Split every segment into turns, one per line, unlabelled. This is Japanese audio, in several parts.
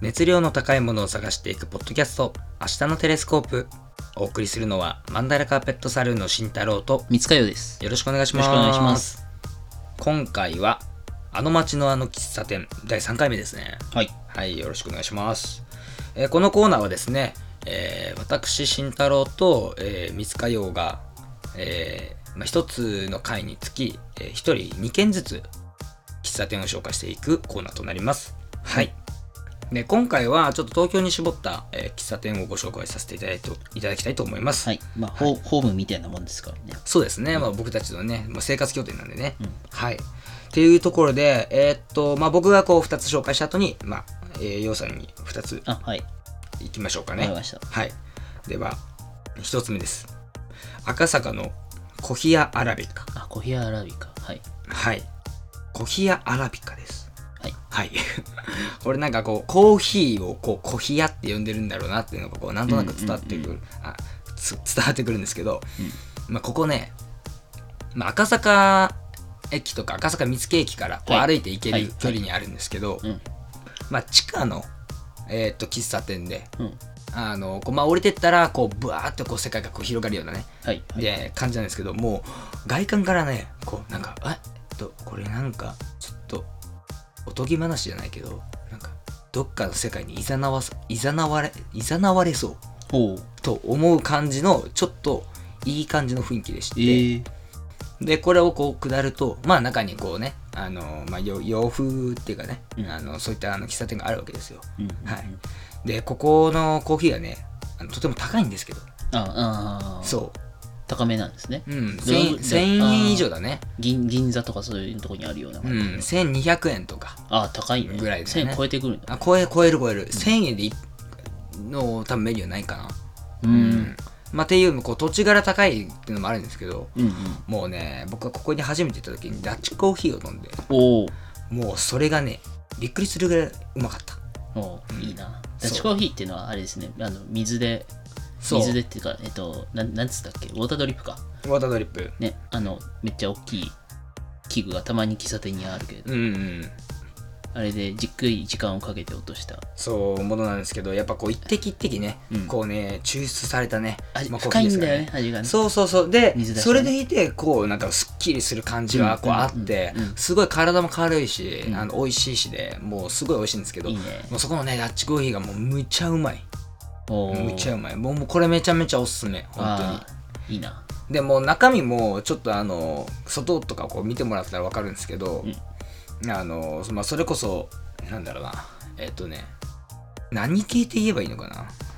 熱量の高いものを探していくポッドキャスト「明日のテレスコープ」お送りするのはマンダラカーペットサルーンの慎太郎と
三塚洋です。
よろしくお願いします
よろしくお願いします
今回はあの街のあの喫茶店第3回目ですね
はい。
はい、よろしくお願いします。えーこのコーナーはですね、えー私、慎太郎と、えー、三塚洋が、えーまあ、一つの回につき、えー一人2件ずつ喫茶店を紹介していくコーナーとなります。はい。で今回はちょっと東京に絞った、えー喫茶店をご紹介させていただいていただきたいと思います。
はい。まあ、ホーホームみたいなもんですからね。
そうですね、まあ、僕たちのね、まあ、生活拠点なんでね。はい。っていうところで、えーっと、まあ、僕がこう2つ紹介した後に、まあ、えー、洋さんに2つ
あ、はい。
行きましょうか
わか
ね
り。ました。
はい。では、一つ目です。赤坂のコヒアアラビカ。
あ、コヒアアラビカ。はい。
はい。コヒアアラビカです。
はい。
はい。 これなんかこう、コーヒーをこう、コヒアって呼んでるんだろうなっていうのがこう、なんとなく伝わってくる、あつ伝わってくるんですけど、まあ、ここね、まあ、赤坂駅とか赤坂見附駅からこう
はい
歩いて行け
はい
る距離にあるんですけど、
うん。
まあ、地下の、えーっと、喫茶店で、
うん。
あのこうまあ、降りてったらこうブワーっとこう世界がこう広がるようなね、
はい。はい
で感じなんですけどもう外観からねこうなんかえっとこれなんかちょっとおとぎ話じゃないけどなんかどっかの世界にいざなわすいざなわれいざなわれそう
ほう。
と思う感じのちょっといい感じの雰囲気でして、
ええ
でこれをこう下るとまあ中にこうねあの、まあ、よ洋風っていうかね、
うん
あのそういったあの喫茶店があるわけですよ
うん。
はい。でここのコーヒーはねあのとても高いんですけど
あ、ああ、
そ
高めなんですね
う。。うん。
どういう
1000
こと
円以上だね。
銀銀座とかそういうとこにあるような
う
感
ん
じ。。
1200円とか。
ああ、高いね。
ぐらいだよね
1000超えてくるんだ。
あ、超え、超える超える。1000円でいの多分メニューないかな。
う。。
うんまあ、っていう、こう、土地柄高いっていうのもあるんですけど、
うん。うん。
もうね、僕がここに初めて行った時にダッチコーヒーを飲んで、
おー
もうそれがね、びっくりするぐらいうまかった。
おー。
うん
いいな。
そ
ダ
う
ッチコーヒーっていうのはあれですね。あの、水で、
そう。
水でっていうか、えっと、なん、なんつったっけウォータードリップか。
ウォータードリップ。
ね。あの、めっちゃ大きい器具がたまに喫茶店にあるけど。
うんうん。
あれでじっくり時間をかけて落とした
そう、ものなんですけど、やっぱこう、一滴一滴ね、
うん
こうね、抽出されたね、
味、
まあコーヒー
深い
です
ん
から
だよね味がね
そうそうそうで、
水出し
そ
たね
れでいてこうなんかすっきりする感じがこう
うんうん
あって、
うんうん
すごい体も軽いし、
うん
あの美味しいしでもうすごい美味しいんですけど
いいね
もうそこのねダッチコーヒーがもうむちゃうまい
おー
むちゃうまいもうもうこれめちゃめちゃおすすめ本当に
あーいいな
でもう中身もちょっとあの外とかこう見てもらったら分かるんですけど、あのまあ、それこそなんだろうなえっとね何系って言えばいいのか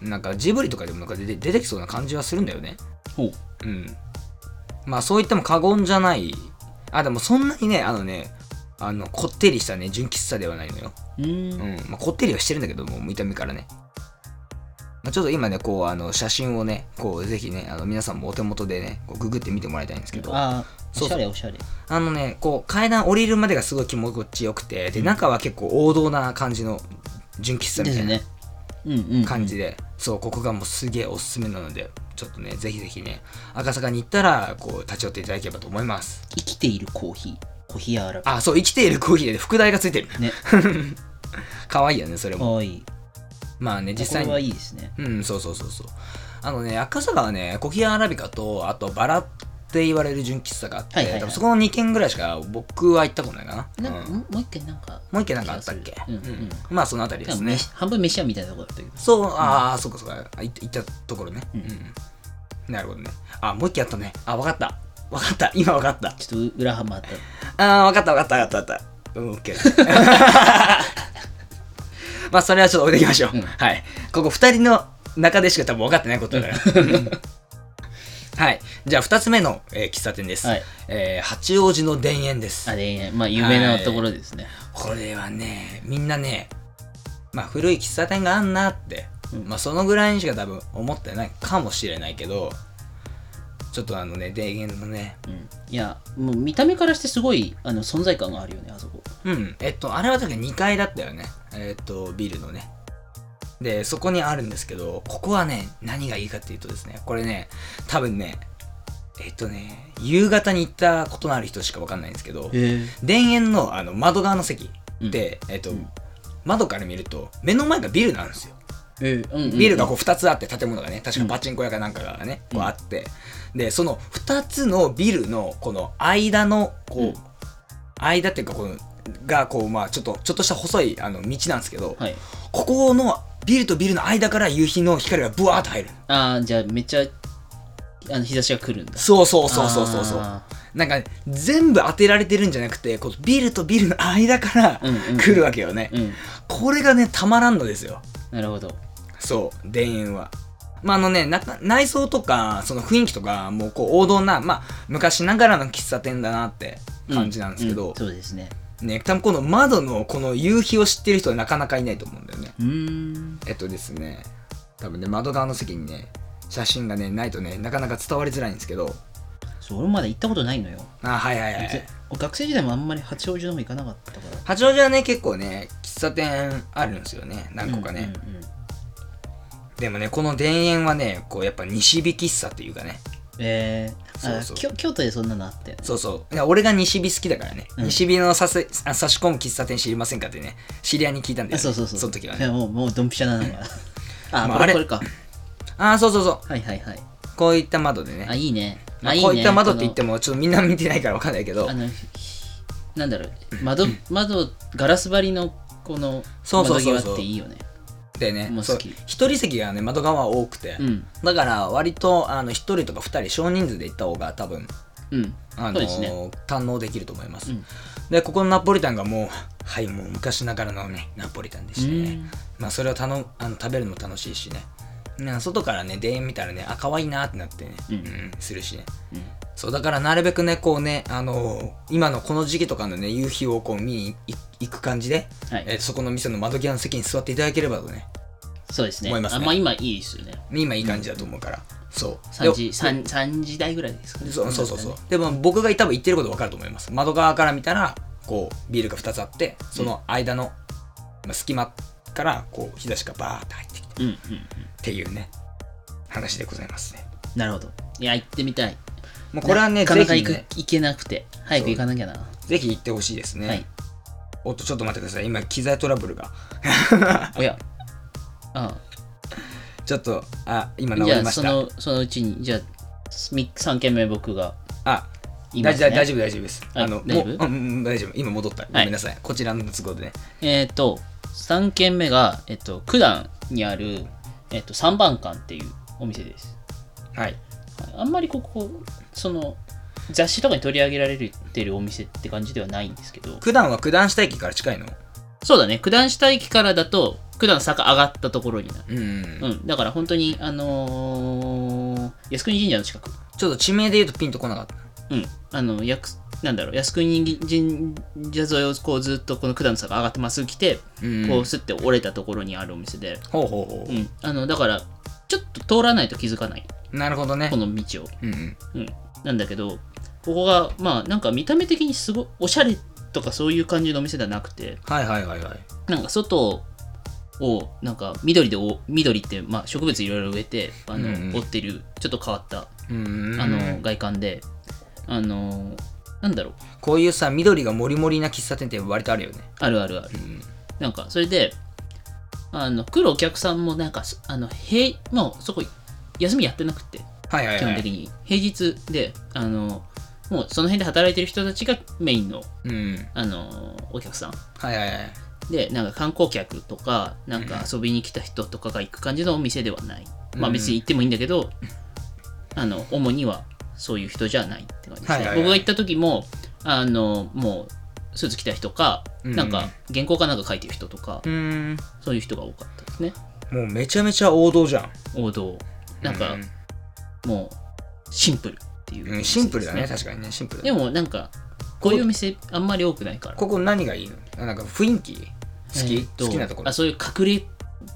ななんかジブリとかでもなんか出て出てきそうな感じはするんだよね
ほう
うん。まあそう言っても過言じゃない。あ、でもそんなにね、あのね、あの、こってりしたね、純喫茶ではないのよ。
うー
うんん。まあこってりはしてるんだけども、見た目からね。まあ、ちょっと今ね、こう、あの、写真をね、こう、ぜひね、あの、皆さんもお手元でね、こうググって見てもらいたいんですけど、あ
あー
そうそう
おしゃれおしゃれ
のね、こう、階段降りるまでがすごい気持ちよくて、で、中は結構王道な感じの純喫茶み
で
た
す
いな
ねうんうん
感じで、そうここがもうすげえおすすめなのでちょっとねぜひぜひね赤坂に行ったらこう立ち寄っていただければと思います
生きているコーヒーコーヒーアラビ
あそう生きているコーヒーで副題がついてる
ね
可愛いよねそれ
か
も
わいい
まあね実
実
際
際はい
に
いですね
うんそうそうそうそうあのね赤坂はねコヒアアラビカとあとバラって言われる純喫茶があって、
はいはいはい
多分そこの2軒ぐらいしか僕は行ったことないかな
なんか
うん
もう一軒なんか
もう1軒なんかあったっけ
気がするうんうん
まあそのあたりで
多
す
分
ね
飯半分飯屋みたいなとこだったけど
そう、ああ、そうかそうか、あい行ったところね。う
うん
ん。なるほどね。あ、もう一件あったね。あ、わかった。わかった。今わかった。
ちょっと裏浜あった
あー、わかったわかったわかったわかった。うん、オッケー。 まあ、それはちょっと置いていきましょう。
うん
はい。ここ二人の中でしか多分分かってないことだから。はい。じゃあ、二つ目の、えー喫茶店です。
はい
えー八王子の田園です。
あれまあ有名なところですね
これはねみんなねまあ古い喫茶店があんなって、
うん
まあそのぐらいにしか多分思ってないかもしれないけどちょっとあのね電源のね
うんいやもう見た目からしてすごいあの存在感があるよねあそこ
うんえっとあれは確か2階だったよねえっとビルのねでそこにあるんですけどここはね何がいいかっていうとですねこれね多分ねえっとね夕方に行ったことのある人しかわかんないんですけど
へえ
田園のあの窓側の席で、えっと、
うん
窓から見ると目の前がビルなんですよ
ええうんうん
ビルがこう2つあって建物がね確かパチンコ屋かなんかがね、
うん
こうあってでその2つのビルのこの間のこう、
うん
間っていうかこのがこうまあちょっとちょっとした細いあの道なんですけど、
はい
ここのビルとビルの間から夕日の光がブワーッと入る
ああじゃあめっちゃあの日差しが来るんだ
そうそうそうそうそうそう
あ
なんかね全部当てられてるんじゃなくてこうビルとビルの間から
うんうんうん
来るわけよね、
ーうん
これがねたまらんのですよ
なるほど
そう田園は。まああのね、中内装とかその雰囲気とかもうこう王道な、まあ、昔ながらの喫茶店だなって感じなんですけ
う
ど
う、そうですね
ね多分この窓のこの夕日を知ってる人はなかなかいないと思うんだよね
うーん
えっとですね多分ね窓側の席にね写真がねないとねなかなか伝わりづらいんですけど
そう俺もまだ行ったことないのよ、
あはいはいはい
ぜ学生時代もあんまり八王子の方行かなかったから
八王子はね結構ね喫茶店あるんですよね何個かね、
うんうんうん
でもねこの田園はねこうやっぱ西日喫茶っていうかね
えー、あ
そうそう
きょ京都でそんなのあったよね
そうそう。いや俺が西日好きだからね。
うん
西日のさせあ差し込む喫茶店知りませんかってね、知り合いに聞いたんだよ、
あ
ね。
そうそうそう
その時はいね。
やもうもうドンピシャなのが あ、
まあ
こ
あれ
れこれか
ああ、そうそうそう。
はいはいはい
こういった窓でね。
あいいね
まあ
あいいね
こういった窓って言って
も
も、ちょっとみんな見てないからわかんないけど
あ、のひなんだろう窓窓ガラス張りのこの
そうそ
窓
うそうそう
際っていいよね
でね
も、う
そう
好き
一人席がね、窓側は多くて、
うん
だから割とあの1人とか2人少人数で行った方が多分、
うん
あ
そ
の
うですね
堪能できると思います、
うん
でここのナポリタンがもうはいもう昔ながらのねナポリタンでしてね
うん
まあそれを頼むあの食べるのも楽しいしねね外からね田園見たらねあ可愛いなってなってね、
うん
うんするしね
うん
そうだからなるべくねこうねあの今のこの時期とかのね夕日をこう見に行行く感じで、
はい
えーそこの店の窓際の席に座っていただければとね
そうですね
思いますね
あまあ今いいですよね
今いい感じだと思うから、そう
3
で
時三三時台ぐらいですかね
そうそうそうそうでも僕が多分言ってること分かると思います窓側から見たらこうビールが2つあってその間の、まあ、隙間からこう日差しがバーッと入ってきてっ
うんうんうん
ていうね話でございますね
なるほどいや行ってみたい
もうこれはね
なかなか
ぜ
行
ひ
く
ね
行けなくて早く行かなきゃな
ぜひ行ってほしいですね、
はい
おっとちょっと待ってください今機材トラブルが
おやあ
ちょっとあ今
じ
直
ゃ
り
あ
まし
そ
た
のそのうちにじゃあ3軒目僕が
あ
言いま
大
す
丈
ね
夫大丈夫大丈夫です。
はい
あのもう
大丈夫
うんうんうん大丈夫今戻ったごめんなさい、こちらの都合でね
えっ、と、3軒目が、えっと、九段にある、えっと、三番館っていうお店です。
はい
はいあんまりここ、その、雑誌とかに取り上げられてるお店って感じではないんですけど、
九段は九段下駅から近いの
そうだね、九段下駅からだと、九段坂上がったところにな
う
る。
ん、
う
ち
ん、だから本当に、あのー、靖国神社の近
ょ
く。
っと地名で言うとピンとこなかった
うん、あの、やくなんだろう、靖国神社沿いをこうずっとこの九段の坂上がってまっすぐ来て、
うん
こうすって折れたところにあるお店で、
ほうほうほ
うん、あのだからちょっと通らないと気づかないう
なるほどね
この道を、
うんうん
うん、なんだけどここがまあなんか見た目的にすごいおしゃれとかそういう感じのお店ではなくて
はいはいはいはい
なんか外をなんか緑でお緑ってまあ植物いろいろ植えてあの、
うんうん
追ってるちょっと変わった
うん
あの外観で、あのなんだろう
こういうさ緑がもりもりな喫茶店って割とあるよね
あるあるある
うん
なんかそれであの来るお客さんもなんかそあの平もうそこ休みやってなくて
はいはいはい
基本的に平日であのもうその辺で働いてる人たちがメインの
うん
あのお客さん
はいはいはい
でなんか観光客とかなんか遊びに来た人とかが行く感じのお店ではない、まあ
うん
別に行ってもいいんだけどあの主にはそういう人じゃないって感じですね、
はいはいはい
僕が行った時もあのもうスーツ着た人か、
うん
なんか原稿かなんか書いてる人とか、
うん
そういう人が多かったですね
もうめちゃめちゃ王道じゃん
王道なんかもうシンプルっていう、
うんうんシンプルだね確かにねシンプルだ
で
ね
もなんかこういうお店あんまり多くないから
ここ何がいいのあなんか雰囲気好き、
えーっと
好きなところ
あそういう隠れ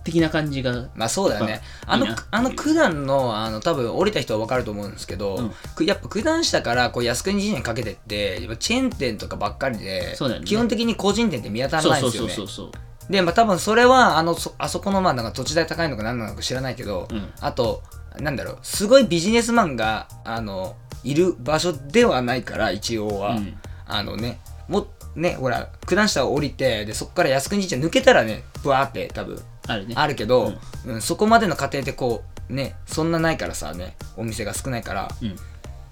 的な感じが
まあそうだよねあ
やっぱ
の
いいな
あの九段のあの多分降りた人は分かると思うんですけど、
うん
くやっぱ九段下からこう靖国神社にかけてってやっぱチェーン店とかばっかりで、
そうだよね
基本的に個人店って見当たら
そう
ないん
そ
で
う
す
そ
よ
う
ね
そうそう
でまあ多分それはあのそあそこのまあなんか土地代高いのか何なのか知らないけど、
うん
あとなんだろうすごいビジネスマンがあのいる場所ではないから一応は、
うん
あのねもね、ほら、九段下を降りて、で、そこから靖国神社抜けたらね、ブワーって多分
ある ね。
あるけど、うんそこまでの過程でこう、ね、そんなないからさ、ね、お店が少ないから、
うん。い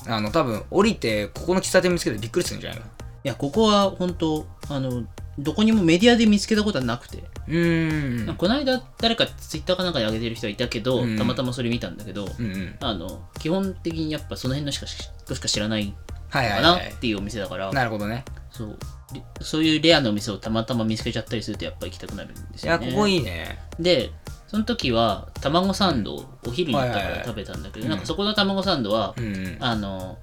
あの、多分降りて、ここの喫茶店見つけてびっくりするんじゃないの
や、ここは本当あの、どこにもメディアで見つけたことはなくて、
うーん。
この間誰かツイッターかなんかに上げてる人はいたけど、
うん
たまたまそれ見たんだけど、
うんうん。
あの基本的にやっぱその辺のしかしとしか知らない
はいは
か
い
な
は
っていうお店だから、
い。なるほどね。
そうでそういうレアのお店をたまたま見つけちゃったりするとやっぱ行きたくなるんです
い
よ
や、
ね。
ここいいね。
でその時は卵サンドをお昼に行っ
は
た
い
か
はいは
ら
い
食べたんだけど、
うん
なんかそこの卵サンドは、
うんうん。
あの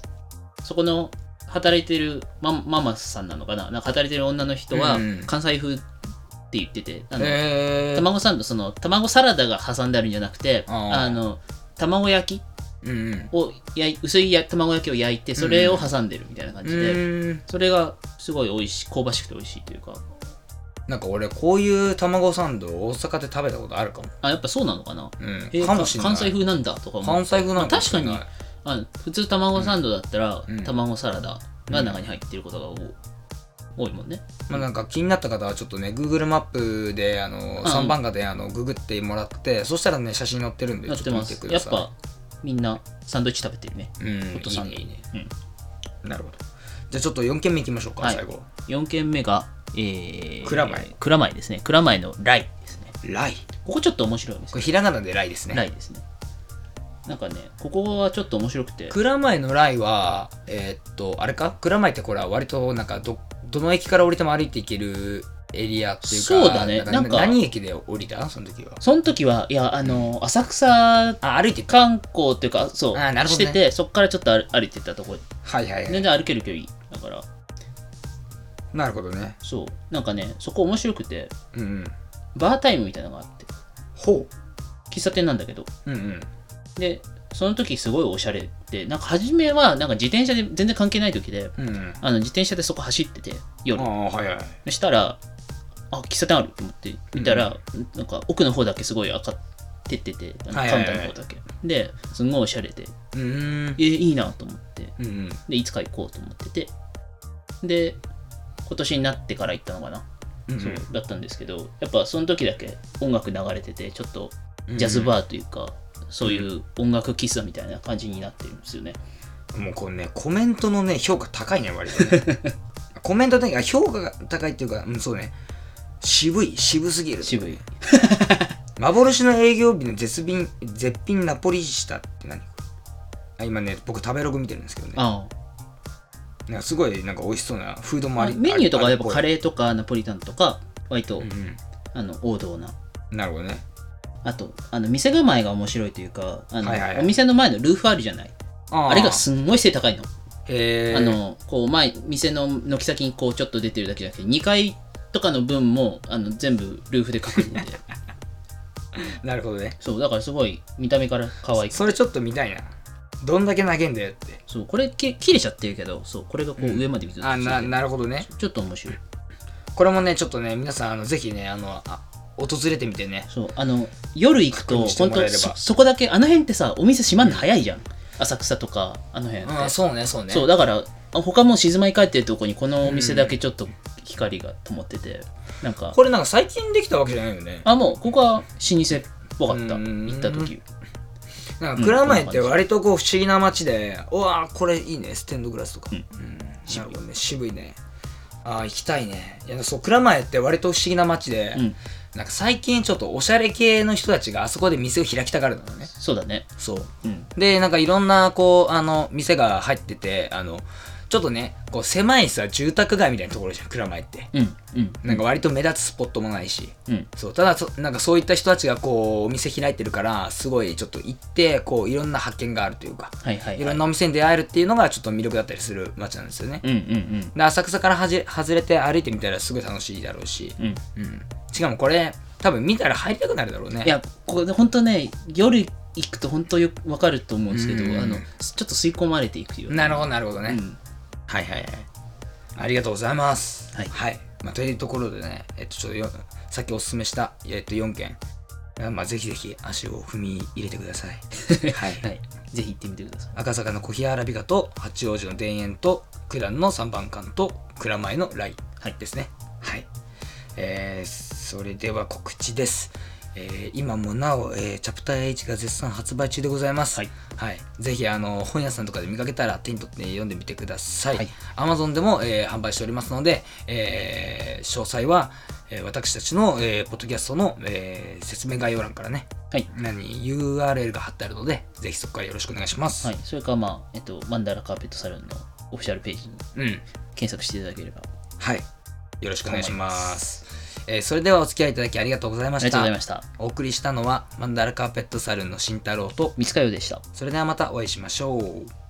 そこの働いてるマママさんなのかななんか働いてる女の人は
うん
関西風って言ってて、あの
えー。
卵サンドその卵サラダが挟んであるんじゃなくて
あー
あの卵焼き
うんうん。
を焼い薄いや卵焼きを焼いてそれを挟んでるみたいな感
う
じで、
ーん。
それがすごい美味しい香ばしくて美味しいというか
なんか俺、こういう卵サンド大阪で食べたことあるかも。
あやっぱそうなのかな、
うん。
えー
かもしれない。
関西風なんだとか思う
関西風なん
まあ確かに
もしれない
あの普通卵サンドだったら、
うん
卵サラダが中に入ってることが多い,、多いもんね
まあ、なんか気になった方はちょっとね Google マップであの
ん
3番がであのググってもらってそしたらね写真載ってるんでちょ
や
っ
って
と
ま
見て
す
く
や
だ
っ
さい
ぱみんなサンドイッチ食べてるね
うん
ホットサン
い
ド
いねいいね
うん
なるほどじゃあちょっと4軒目いきましょうか、
はい
最後
4軒目がえー、
蔵前
蔵前ですね蔵前のライですね
ライ
ここちょっと面白いお店
これひらがなでライですね
ライですねなんかねここはちょっと面白くて
蔵前のライはえーっとあれか蔵前ってこれは割となんかどどの駅から降りても歩いていけるエリアっていうか
そうだね
な
なんん
か
か
何駅で降りたその時は
その時はいやあの浅草
あ歩いてった
観光っていうかそう、
あーなるほ
し
どね
ててそこからちょっと歩歩いてったとこ
はいはいは
全
い
然歩ける距離だから
なるほどね
そうなんかねそこ面白くて
うんうん
バータイムみたいなのがあって
ほ
喫茶店なんだけど
ううんうん
でその時すごいおしゃれでなんか初めはなんか自転車で全然関係ない時で
うんうん
あの自転車でそこ走ってて夜
ああはいはい
そしたらあ喫茶店あると思って見たら、なんか奥の方だけすごい上がってっててあの
はい
カ
はいは
ウン
い
ターの方だけ、ですごいおしゃれで
うーん
えいいなと思って
うんうん
でいつか行こうと思っててで今年になってから行ったのかな、
うん
そうだったんですけどやっぱその時だけ音楽流れててちょっと
うん
ジャズバーというか、そういう音楽喫茶みたいな感じになってるんですよね、
もうこれねコメントのね評価高いね割と ねコメント的に評価が高いっていうか、うん、そうね渋い渋すぎる
渋い
幻の営業日の絶品絶品ナポリ舌って何あ今ね僕食べログ見てるんですけどね
ああ
なんかすごいなんか美味しそうなフードもあり
メニューとかはやっぱカ
レ
レーとかナポリタンとか割
う
と、
んうん
あの王道な
なるほどね
あとあの店構えが面白いというかあの、
はいはいはい
お店の前のルーフあるじゃない
あ
あ
ー
れがすんごい背高いの,、
へー
あのこう前店の軒先にこうちょっと出てるだけじゃなくて2階とかの分もあの全部ルーフで 隠れてて
なるほどね
そうだからすごい見た目から可愛い
それちょっと見たいなどんだけ投げんだよって
そうこれき切れちゃってるけどそうこれがこう上まで見る
あななるほどね
ちょっと面白い
これもねちょっとね皆さんあのぜひねあのあ訪れてみてね
そうあの夜行く
確
と
認して
本
もらえ
当
れば
そそこだけあの辺ってさお店閉まるの早いじゃん、浅草とかあの辺って
あそうねそうね
そうだからあ他も静まり返ってるとこにこのお店だけちょっと光が灯ってて、なんか
これなんか最近できたわけじゃないよね
あもうここは老舗っぽかった
うん
行った時
なん
う
か
ん
蔵前って割とこう不思議な街で、うわーこれいいねステンドグラスとか、うん
ん
なるほどね渋いねあー行きたいねいやそう蔵前って割と不思議な街で、
うん
なんか最近ちょっとおしゃれ系の人たちがあそこで店を開きたがるのよね
そうだね
そう
うん
でなんかいろんなこうあの店が入っててあのちょっとねこう狭いさ住宅街みたいなところじゃん蔵前って
うんうん
なんか割と目立つスポットもないし、
うん
そうただそなんかそういった人たちがこうお店開いてるからすごいちょっと行ってこういろんな発見があるというか
はいはい
い
は
ろ
い
んなお店に出会えるっていうのがちょっと魅力だったりする街なんですよね
うんうん
で浅草からはじ外れて歩いてみたらすごい楽しいだろうし、
うんうん
うん、しかもこれ多分見たら入りたくなるだろうね
いやここで本当ね夜行くと本当よく分かると思うんですけど、
うん
あのちょっと吸い込まれていくよ
なるほどなるほどね、
うん
はいはいはいありがとうございます
はい
まあ、というところでねえっとちょっとよさっきおすすめした、えっと、4件まあ、ぜひぜひ足を踏み入れてくださいはい
はいぜひ行ってみてください
赤坂の小日原ビガと八王子の田園と九段の三番館と蔵前のライ
はい
ですね。はい。えーそれでは告知です。えー今もなお、えーチャプター H が絶賛発売中でございます。
はい。
ぜひ、あの、本屋さんとかで見かけたら手に取って読んでみてください。
はい
Amazon でも、えー販売しておりますので、えー詳細は、えー私たちの、えーポッドキャストの、えー説明概要欄からね、
はい、
何 URL が貼ってあるので、ぜひそこからよろしくお願いします。
はい、それかまあ、えっと、マンダラカーペットサロンのオフィシャルページに
うん。
検索していただければ
はい。よろしくお願いします。えーそれではお付き合いいただきありがとうございま
あ
し
りがと
た。
うございました
お送りしたのはマンダラカーペットサルンの慎太郎と、
三塚洋でした
それではまたお会いしましょう。